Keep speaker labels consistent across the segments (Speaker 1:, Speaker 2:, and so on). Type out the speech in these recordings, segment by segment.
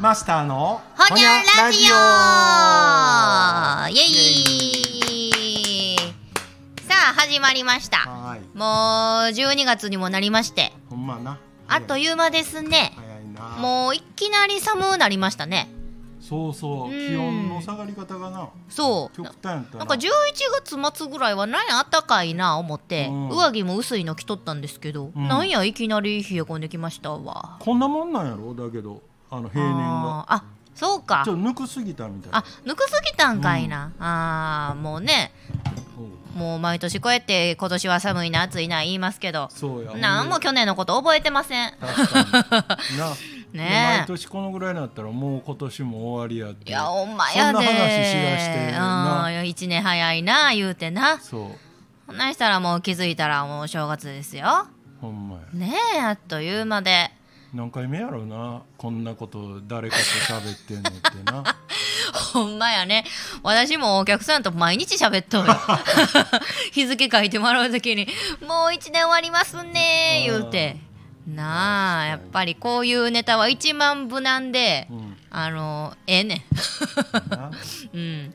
Speaker 1: マスターの
Speaker 2: ほにゃラジオイエイさあ始まりました
Speaker 1: はーい
Speaker 2: もう12月にもなりまして
Speaker 1: ほんまな
Speaker 2: あっという間ですね
Speaker 1: 早いな
Speaker 2: もういきなり寒うなりましたね
Speaker 1: そうそううん気温の下がり方がな
Speaker 2: そう
Speaker 1: 極端やった
Speaker 2: なんか11月末ぐらいはなんや暖かいな思って、
Speaker 1: うん
Speaker 2: 上着も薄いの着とったんですけど、
Speaker 1: うん
Speaker 2: なんやいきなり冷え込んできましたわ
Speaker 1: こんなもんなんやろだけどあの平年が
Speaker 2: あーあそうか
Speaker 1: ちょっとぬくすぎたみたいな
Speaker 2: あぬくすぎたんかいな、ああもうね
Speaker 1: うん
Speaker 2: もう毎年こうやって今年は寒いな暑いな言いますけど
Speaker 1: そうや
Speaker 2: なんも
Speaker 1: 去
Speaker 2: 去年のこと覚えてません
Speaker 1: 確かに な
Speaker 2: ねえ
Speaker 1: 毎年このぐらいになったらもう今年も終わりやって
Speaker 2: いやほんまやで
Speaker 1: そんな話しだしてな
Speaker 2: うん一年早いな言うてな
Speaker 1: そう
Speaker 2: そんなんしたらもう気づいたらもうお正月ですよ
Speaker 1: ほんまや
Speaker 2: ねえあっという間で
Speaker 1: 何回目やろうなこんなこと誰かと喋ってんのってな
Speaker 2: ほんまやね私もお客さんと毎日喋っと る日付書いてもらう時に「もう一年終わりますね」言うてなあやっぱりこういうネタは一万部なんで、
Speaker 1: うん
Speaker 2: あのええねん
Speaker 1: な
Speaker 2: うん、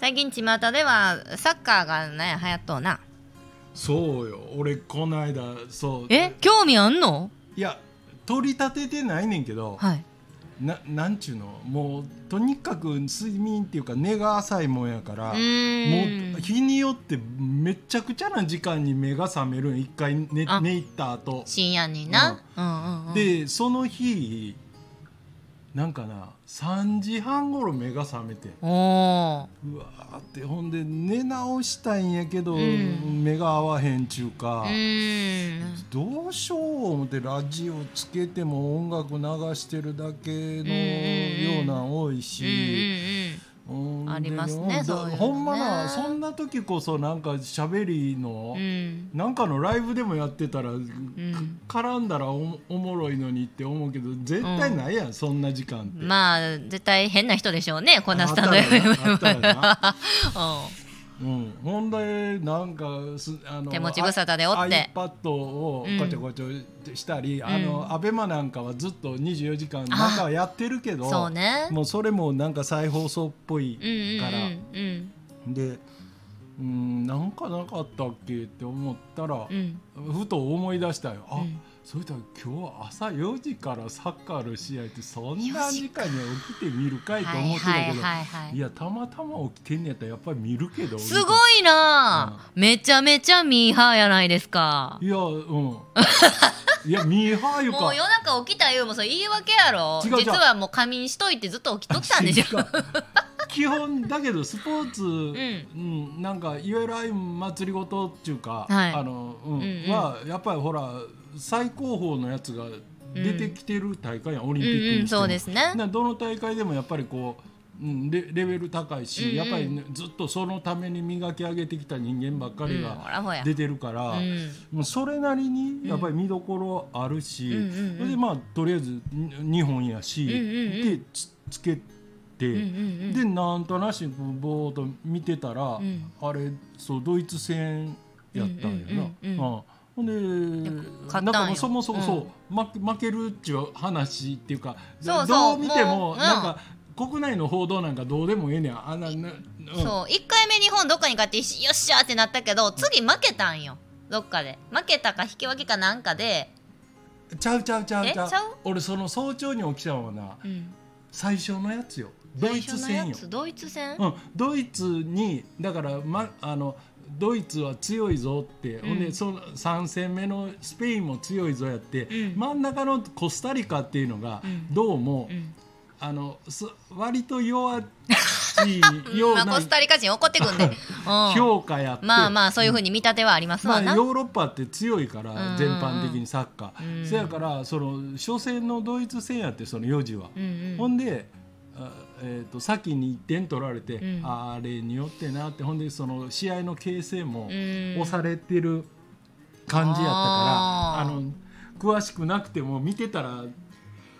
Speaker 2: 最近巷ではサッカーがね流行っとうな
Speaker 1: そうよ俺この間そう
Speaker 2: え興味あんの
Speaker 1: いや取り立ててないねんけど、
Speaker 2: はい
Speaker 1: ななんちゅうのもうとにかく睡眠っていうか寝が浅いもんやから
Speaker 2: うーん
Speaker 1: もう日によってめちゃくちゃな時間に目が覚めるん一回寝
Speaker 2: あ
Speaker 1: 寝入った後
Speaker 2: 深夜にな、うん、うんうん
Speaker 1: でその日なんかな3時半頃目が覚めて
Speaker 2: おお
Speaker 1: うわーってほんで寝直したいんやけど、
Speaker 2: うん
Speaker 1: 目が合わへんちゅうか
Speaker 2: う、ーん
Speaker 1: どうしよう思ってラジオつけても音楽流してるだけ
Speaker 2: うん
Speaker 1: のようなん多
Speaker 2: う
Speaker 1: い
Speaker 2: んうん
Speaker 1: し、ほんで
Speaker 2: ありますね
Speaker 1: だ
Speaker 2: そういうのね
Speaker 1: ほんまなそんな時こそなんか喋りの
Speaker 2: うん、うん
Speaker 1: なんかのライブでもやってたら、
Speaker 2: ん
Speaker 1: 絡んだらおおもろいのにって思うけど絶対ないやん、そんな時間って。
Speaker 2: まあ絶対変な人でしょうねこんなスタンド
Speaker 1: あったよ
Speaker 2: FM
Speaker 1: なあったよな
Speaker 2: う
Speaker 1: うん、ほんでなんかすあの
Speaker 2: 手持ち無沙汰でおって
Speaker 1: あ iPad を
Speaker 2: うん
Speaker 1: ごちゃごちゃしたり、あのアベマなんかはずっと24時間なんかはやってるけど
Speaker 2: ん そうね
Speaker 1: もうそれもなんか再放送っぽい
Speaker 2: うんうん
Speaker 1: から、
Speaker 2: うん
Speaker 1: でうんなんかなかったっけって思ったら
Speaker 2: うんう、ん
Speaker 1: ふと思い出したよあ、
Speaker 2: うん
Speaker 1: そういったら今日朝4時からサッカーの試合ってそんな時間に起きて見るかいと
Speaker 2: はい
Speaker 1: 思ってた
Speaker 2: はい
Speaker 1: けど。
Speaker 2: はいはい
Speaker 1: いやたまたま起きてんねやったらやっぱり見るけど
Speaker 2: すごいな、めちゃめちゃミーハーやないですか
Speaker 1: いやうんいやミーハーいう
Speaker 2: も
Speaker 1: か
Speaker 2: う夜中起きたいうもそれ言い訳やろ
Speaker 1: 違う違う
Speaker 2: 実はもう仮眠しといてずっと起きとったんでしょ
Speaker 1: 基本だけどスポーツ、うん
Speaker 2: ん
Speaker 1: なんかいわゆるああいう祭りごとっていうか、
Speaker 2: はい
Speaker 1: あのう
Speaker 2: う
Speaker 1: ん
Speaker 2: んうん
Speaker 1: はやっぱりほら最高峰のやつが出てきてる大会やん、オリンピッ
Speaker 2: うん
Speaker 1: ク
Speaker 2: う
Speaker 1: に
Speaker 2: ん
Speaker 1: しても、
Speaker 2: そうですね
Speaker 1: などの大会でもやっぱりこう、うん、レレベル高いし、
Speaker 2: うんうん
Speaker 1: やっぱりね、ずっとそのために磨き上げてきた人間ばっかり
Speaker 2: うん
Speaker 1: が
Speaker 2: ほらほや
Speaker 1: 出てるから、
Speaker 2: うん
Speaker 1: もうそれなりにやっぱり見どころあるし、
Speaker 2: うんうんうんうん
Speaker 1: それでまあとりあえず2本やし、
Speaker 2: うんうんうん
Speaker 1: でつつけ
Speaker 2: う
Speaker 1: て、
Speaker 2: んうん
Speaker 1: でなんとなしにぼーっと見てたら、
Speaker 2: ん
Speaker 1: あれそうドイツ戦やっ
Speaker 2: うん
Speaker 1: たんやな。
Speaker 2: うんうんうん
Speaker 1: あほんで
Speaker 2: 勝ったんよ
Speaker 1: なんかもうそもそもそう、負け負けるっちゅう話っていうか
Speaker 2: そうそう
Speaker 1: どう見ても
Speaker 2: もううん
Speaker 1: なんか、国内の報道なんかどうでもええねんあんな、なうん
Speaker 2: うんそう1回目日本どっかに勝ってよっしゃーってなったけど次負けたんよどっかで負けたか引き分けかなんかで、
Speaker 1: ちゃうちゃうちゃう
Speaker 2: え
Speaker 1: ちゃう
Speaker 2: ちゃう
Speaker 1: 俺その早朝に起きたのはな
Speaker 2: うん、
Speaker 1: 最初のやつよドイツ戦よ、
Speaker 2: ドイツ戦
Speaker 1: うん、ドイツにだから、ま、あのドイツは強いぞって、ほん
Speaker 2: うん
Speaker 1: でその3戦目のスペインも強いぞやって、
Speaker 2: うん
Speaker 1: 真ん中のコスタリカっていうのが
Speaker 2: うん
Speaker 1: どうも、
Speaker 2: うん
Speaker 1: あのす割と弱いよう
Speaker 2: まあ、コス
Speaker 1: な
Speaker 2: タリカ人怒ってくん で、うん、
Speaker 1: 評価やって、
Speaker 2: まあまあそういうふうに見立てはあります
Speaker 1: ま
Speaker 2: わ
Speaker 1: あ、
Speaker 2: な、
Speaker 1: ヨーロッパって強いから、
Speaker 2: んうん
Speaker 1: 全般的にサッカー、
Speaker 2: うん
Speaker 1: せやからその初戦のドイツ戦やってその4時は、
Speaker 2: うんう
Speaker 1: ほ
Speaker 2: ん
Speaker 1: んで、あえー、と先に1点取られて、
Speaker 2: うん
Speaker 1: あれによってなってほんでその試合の形勢も
Speaker 2: うん
Speaker 1: 押されてる感じやったから、
Speaker 2: あ
Speaker 1: あ
Speaker 2: ー
Speaker 1: の詳しくなくても見てたら、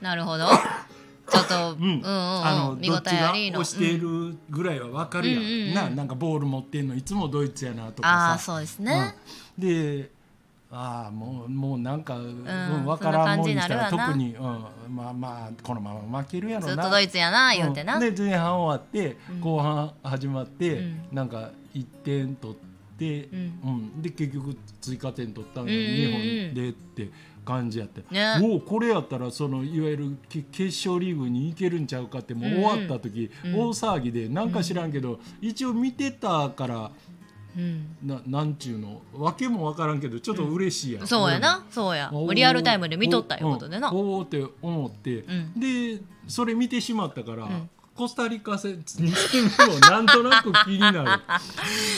Speaker 2: なるほ どちょっと、うん
Speaker 1: う
Speaker 2: うん
Speaker 1: ん
Speaker 2: うん、
Speaker 1: あの
Speaker 2: 見
Speaker 1: ど
Speaker 2: 応
Speaker 1: っち
Speaker 2: えあ
Speaker 1: が
Speaker 2: りの
Speaker 1: 押してい
Speaker 2: うん
Speaker 1: るぐらいは分かるやん,、
Speaker 2: うんうんうん
Speaker 1: ななんかボール持ってんのいつもドイツやなとかさ
Speaker 2: ああそうですね、
Speaker 1: うんでああもうもうなんか、うん、分
Speaker 2: そんな
Speaker 1: からん
Speaker 2: 感
Speaker 1: もん
Speaker 2: じに
Speaker 1: に
Speaker 2: な
Speaker 1: した
Speaker 2: るわ
Speaker 1: ら
Speaker 2: な
Speaker 1: 特に、うん、まあまあこのまま負けるやろ
Speaker 2: ず
Speaker 1: な
Speaker 2: っとドイツやな言うてな、
Speaker 1: うんで前半終わって後半始まって、
Speaker 2: うん
Speaker 1: なんか1点取って、
Speaker 2: うん
Speaker 1: うんで結局追加点取ったのが
Speaker 2: うんうんうん
Speaker 1: 2本でって感じやって、
Speaker 2: ね
Speaker 1: もうこれやったらそのいわゆるけ決勝リーグに行けるんちゃうかってもう終わった時、
Speaker 2: うんうん
Speaker 1: 大騒ぎでなんか知らんけど、一応見てたから
Speaker 2: うん、
Speaker 1: ななんちゅうの訳も分からんけどちょっと嬉しいやん、
Speaker 2: そうやなそうや
Speaker 1: 俺も
Speaker 2: リアルタイムで見とったいう
Speaker 1: お
Speaker 2: ことでな
Speaker 1: うんおおって思って、
Speaker 2: ん
Speaker 1: でそれ見てしまったから、
Speaker 2: ん
Speaker 1: コスタリカ戦2戦目をなんとなく気 になる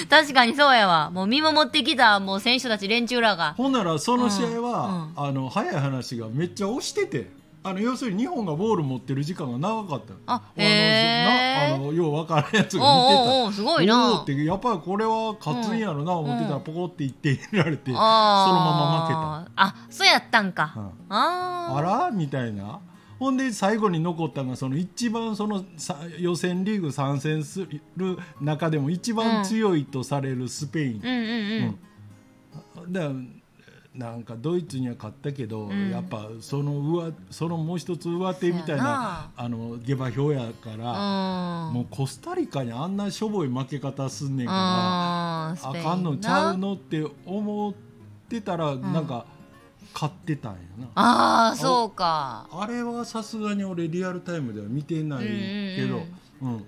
Speaker 2: 確かにそうやわもう見守ってきたもう選手たち連中らが
Speaker 1: ほんならその試合は、
Speaker 2: う
Speaker 1: あの早い話がめっちゃ押しててあの要するに日本がボール持ってる時間が長かったの
Speaker 2: あ
Speaker 1: の
Speaker 2: へー
Speaker 1: なあのよう分からんやつ
Speaker 2: おう
Speaker 1: が見てた
Speaker 2: おうおうすごいな
Speaker 1: おーってやっぱりこれは勝つんやろな思ってたらポコっていって入れられて、そのまま負けた
Speaker 2: あーあそうやったんか、
Speaker 1: うん
Speaker 2: あー
Speaker 1: あらみたいなほんで最後に残ったのがその一番そのさ予選リーグ参戦する中でも一番強いとされるスペイ
Speaker 2: うん
Speaker 1: ン、
Speaker 2: うんうん
Speaker 1: だからなんかドイツには勝ったけど、
Speaker 2: うん
Speaker 1: やっぱその上そのもう一つ上手みたい
Speaker 2: そうや
Speaker 1: なあの下馬評やから、
Speaker 2: うん
Speaker 1: もうコスタリカにあんなしょぼい負け方すんねんから。
Speaker 2: あ
Speaker 1: あかんのちゃうのって思ってたら、なんか買ってたんやな
Speaker 2: ああそうか
Speaker 1: あれはさすがに俺リアルタイムでは見てないけどうん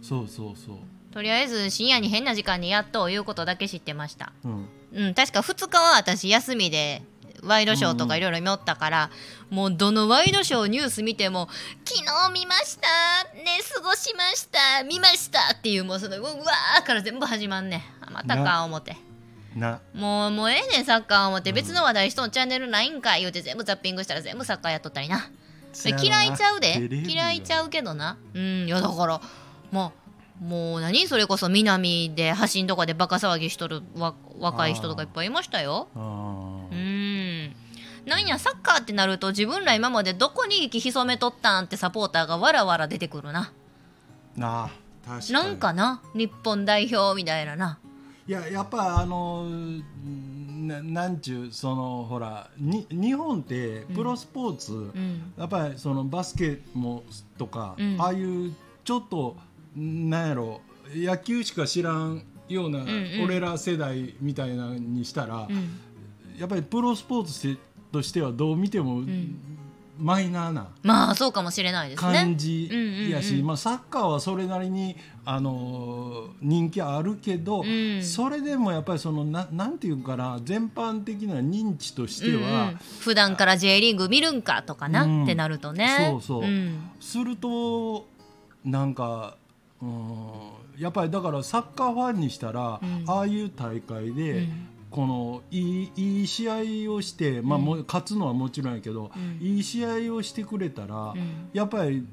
Speaker 1: そうそうそう
Speaker 2: とりあえず深夜に変な時間にやっということだけ知ってました
Speaker 1: うん
Speaker 2: うん確か2日は私休みでワイドショーとかいろいろ見よったから、もうどのワイドショーニュース見ても「昨日見ましたね過ごしました見ました」っていうもうその「うわー」から全部始まんねんあまたか
Speaker 1: な
Speaker 2: 思って。
Speaker 1: な
Speaker 2: もうもうええねんサッカー思って別の話題人のチャンネルないんか言うて全部ザッピングしたら全部サッカーやっとったりな
Speaker 1: せやろな
Speaker 2: 嫌いちゃうで
Speaker 1: テレビは
Speaker 2: 嫌いちゃうけどなうんいやだからもうもう何それこそ南で橋んとかでバカ騒ぎしとるわ若い人とかいっぱいいましたよ
Speaker 1: あ
Speaker 2: う
Speaker 1: ー
Speaker 2: んなんやサッカーってなると自分ら今までどこに息潜めとったんってサポーターがわらわら出てくるな
Speaker 1: なあ確かに
Speaker 2: なんかな日本代表みたいなない
Speaker 1: ややっぱあのーななんちゅうそのほらに日本ってプロスポーツ、
Speaker 2: うん
Speaker 1: やっぱりそのバスケもとか、
Speaker 2: うん
Speaker 1: ああいうちょっとなんやろ野球しか知らんような、
Speaker 2: んうん
Speaker 1: 俺ら世代みたいなのにしたら、
Speaker 2: うん
Speaker 1: やっぱりプロスポーツしてとしてはどう見ても、マイナーな
Speaker 2: まあそうかもしれないですね
Speaker 1: 感じ
Speaker 2: うんうんうん
Speaker 1: やし、まあ、サッカーはそれなりに、あのー人気あるけど、
Speaker 2: ん
Speaker 1: それでもやっぱりそのななんていうかな全般的な認知としては。
Speaker 2: うんうん普段から J リーグ見るんかとかな、
Speaker 1: うん
Speaker 2: ってなるとね
Speaker 1: そうそう
Speaker 2: うん
Speaker 1: するとなんかうんやっぱりだからサッカーファンにしたら、
Speaker 2: うん
Speaker 1: ああいう大会で、
Speaker 2: うん
Speaker 1: このいいいい試合をして、まあもう勝つのはもちろんやけど、
Speaker 2: うん
Speaker 1: いい試合をしてくれたら、
Speaker 2: ん
Speaker 1: やっぱり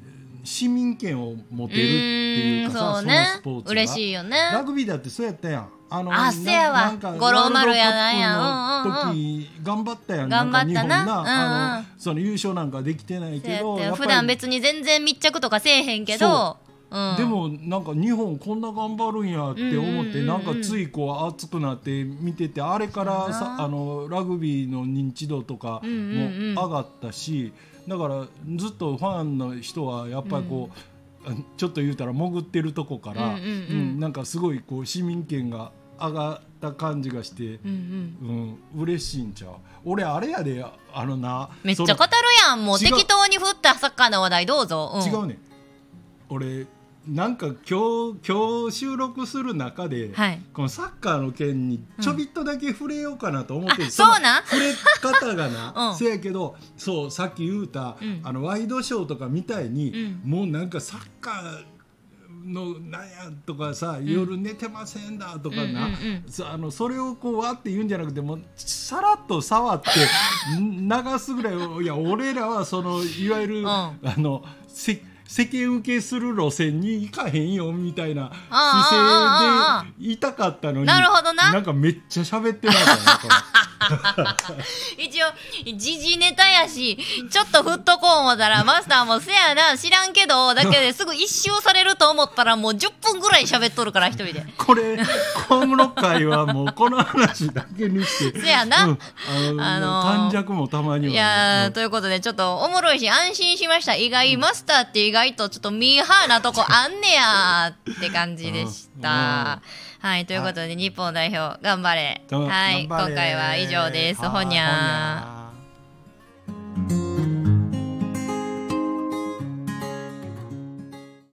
Speaker 1: 市民権を持てるっていううんかさ
Speaker 2: そうね
Speaker 1: のスポーツが
Speaker 2: 嬉しいよね
Speaker 1: ラグビーだってそうやったやん。あの
Speaker 2: あせやわ
Speaker 1: なんか
Speaker 2: 五郎丸やなんや
Speaker 1: ワールドカップの時頑張ったやん。なんか
Speaker 2: 頑張ったな
Speaker 1: 日本な
Speaker 2: うんうん
Speaker 1: あのその優勝なんかできてない
Speaker 2: そうやっ
Speaker 1: けど、
Speaker 2: て
Speaker 1: やっぱり
Speaker 2: 普段別に全然密着とかせえへんけど、
Speaker 1: そう
Speaker 2: ん、
Speaker 1: でもなんか日本こんな頑張るんやって思っ
Speaker 2: う
Speaker 1: て
Speaker 2: んうんう
Speaker 1: なん
Speaker 2: うん
Speaker 1: んかついこう熱くなって見ててあれから
Speaker 2: そうや
Speaker 1: さ
Speaker 2: な
Speaker 1: あのラグビーの認知度とかも
Speaker 2: うんうんうん
Speaker 1: 上がったしだからずっとファンの人はやっぱりこうあちょっと言うたら潜ってるとこから
Speaker 2: うんうんうん
Speaker 1: うんなんかすごいこう市民権が上がった感じがして
Speaker 2: うんうん
Speaker 1: うん嬉しいんちゃう俺あれやであのな
Speaker 2: めっちゃ
Speaker 1: そ
Speaker 2: 語
Speaker 1: の
Speaker 2: るやんもう
Speaker 1: 違う
Speaker 2: 適当に振ったサッカーの話題どうぞ、ん
Speaker 1: 違うねん俺なんか今日今日収録する中で、
Speaker 2: はい
Speaker 1: このサッカーの件にちょびっとだけ触れようかなと思ってる、
Speaker 2: あそうなん
Speaker 1: 触れ方がな、
Speaker 2: うん
Speaker 1: せやけどそうさっき言うた、
Speaker 2: うん
Speaker 1: あのワイドショーとかみたいに、
Speaker 2: う
Speaker 1: もうなんかサッカーのなんやとかさ、夜寝てませんだとかな、
Speaker 2: うんうん
Speaker 1: そあのそれをこうわって言うんじゃなくてもうさらっと触って ん流すぐらいいや俺らはそのいわゆる、
Speaker 2: ん
Speaker 1: あのせ世間受けする路線に行かへんよみたいな
Speaker 2: あーあーあーあ
Speaker 1: 姿勢でいたかったのに
Speaker 2: なるほどなん
Speaker 1: かめっちゃ喋ってましたね
Speaker 2: 一応時事ネタやしちょっと振っとこう思ったらマスターも「せやな知らんけど」だけですぐ一周されると思ったらもう10分ぐらい喋っとるから一人で。
Speaker 1: これ小室会はもうこの話だけにして
Speaker 2: せやな
Speaker 1: うんあの
Speaker 2: あのー
Speaker 1: 短尺もたまにはい
Speaker 2: や
Speaker 1: う
Speaker 2: ー、
Speaker 1: ん
Speaker 2: ということで、ちょっとおもろいし、安心しました。意外、マスターって意外とちょっとミーハーなとこあんねやーって感じでした。はい、ということで、日本代表、頑張れ。
Speaker 1: 頑張れ
Speaker 2: はい、今回は以上です。ほにゃー。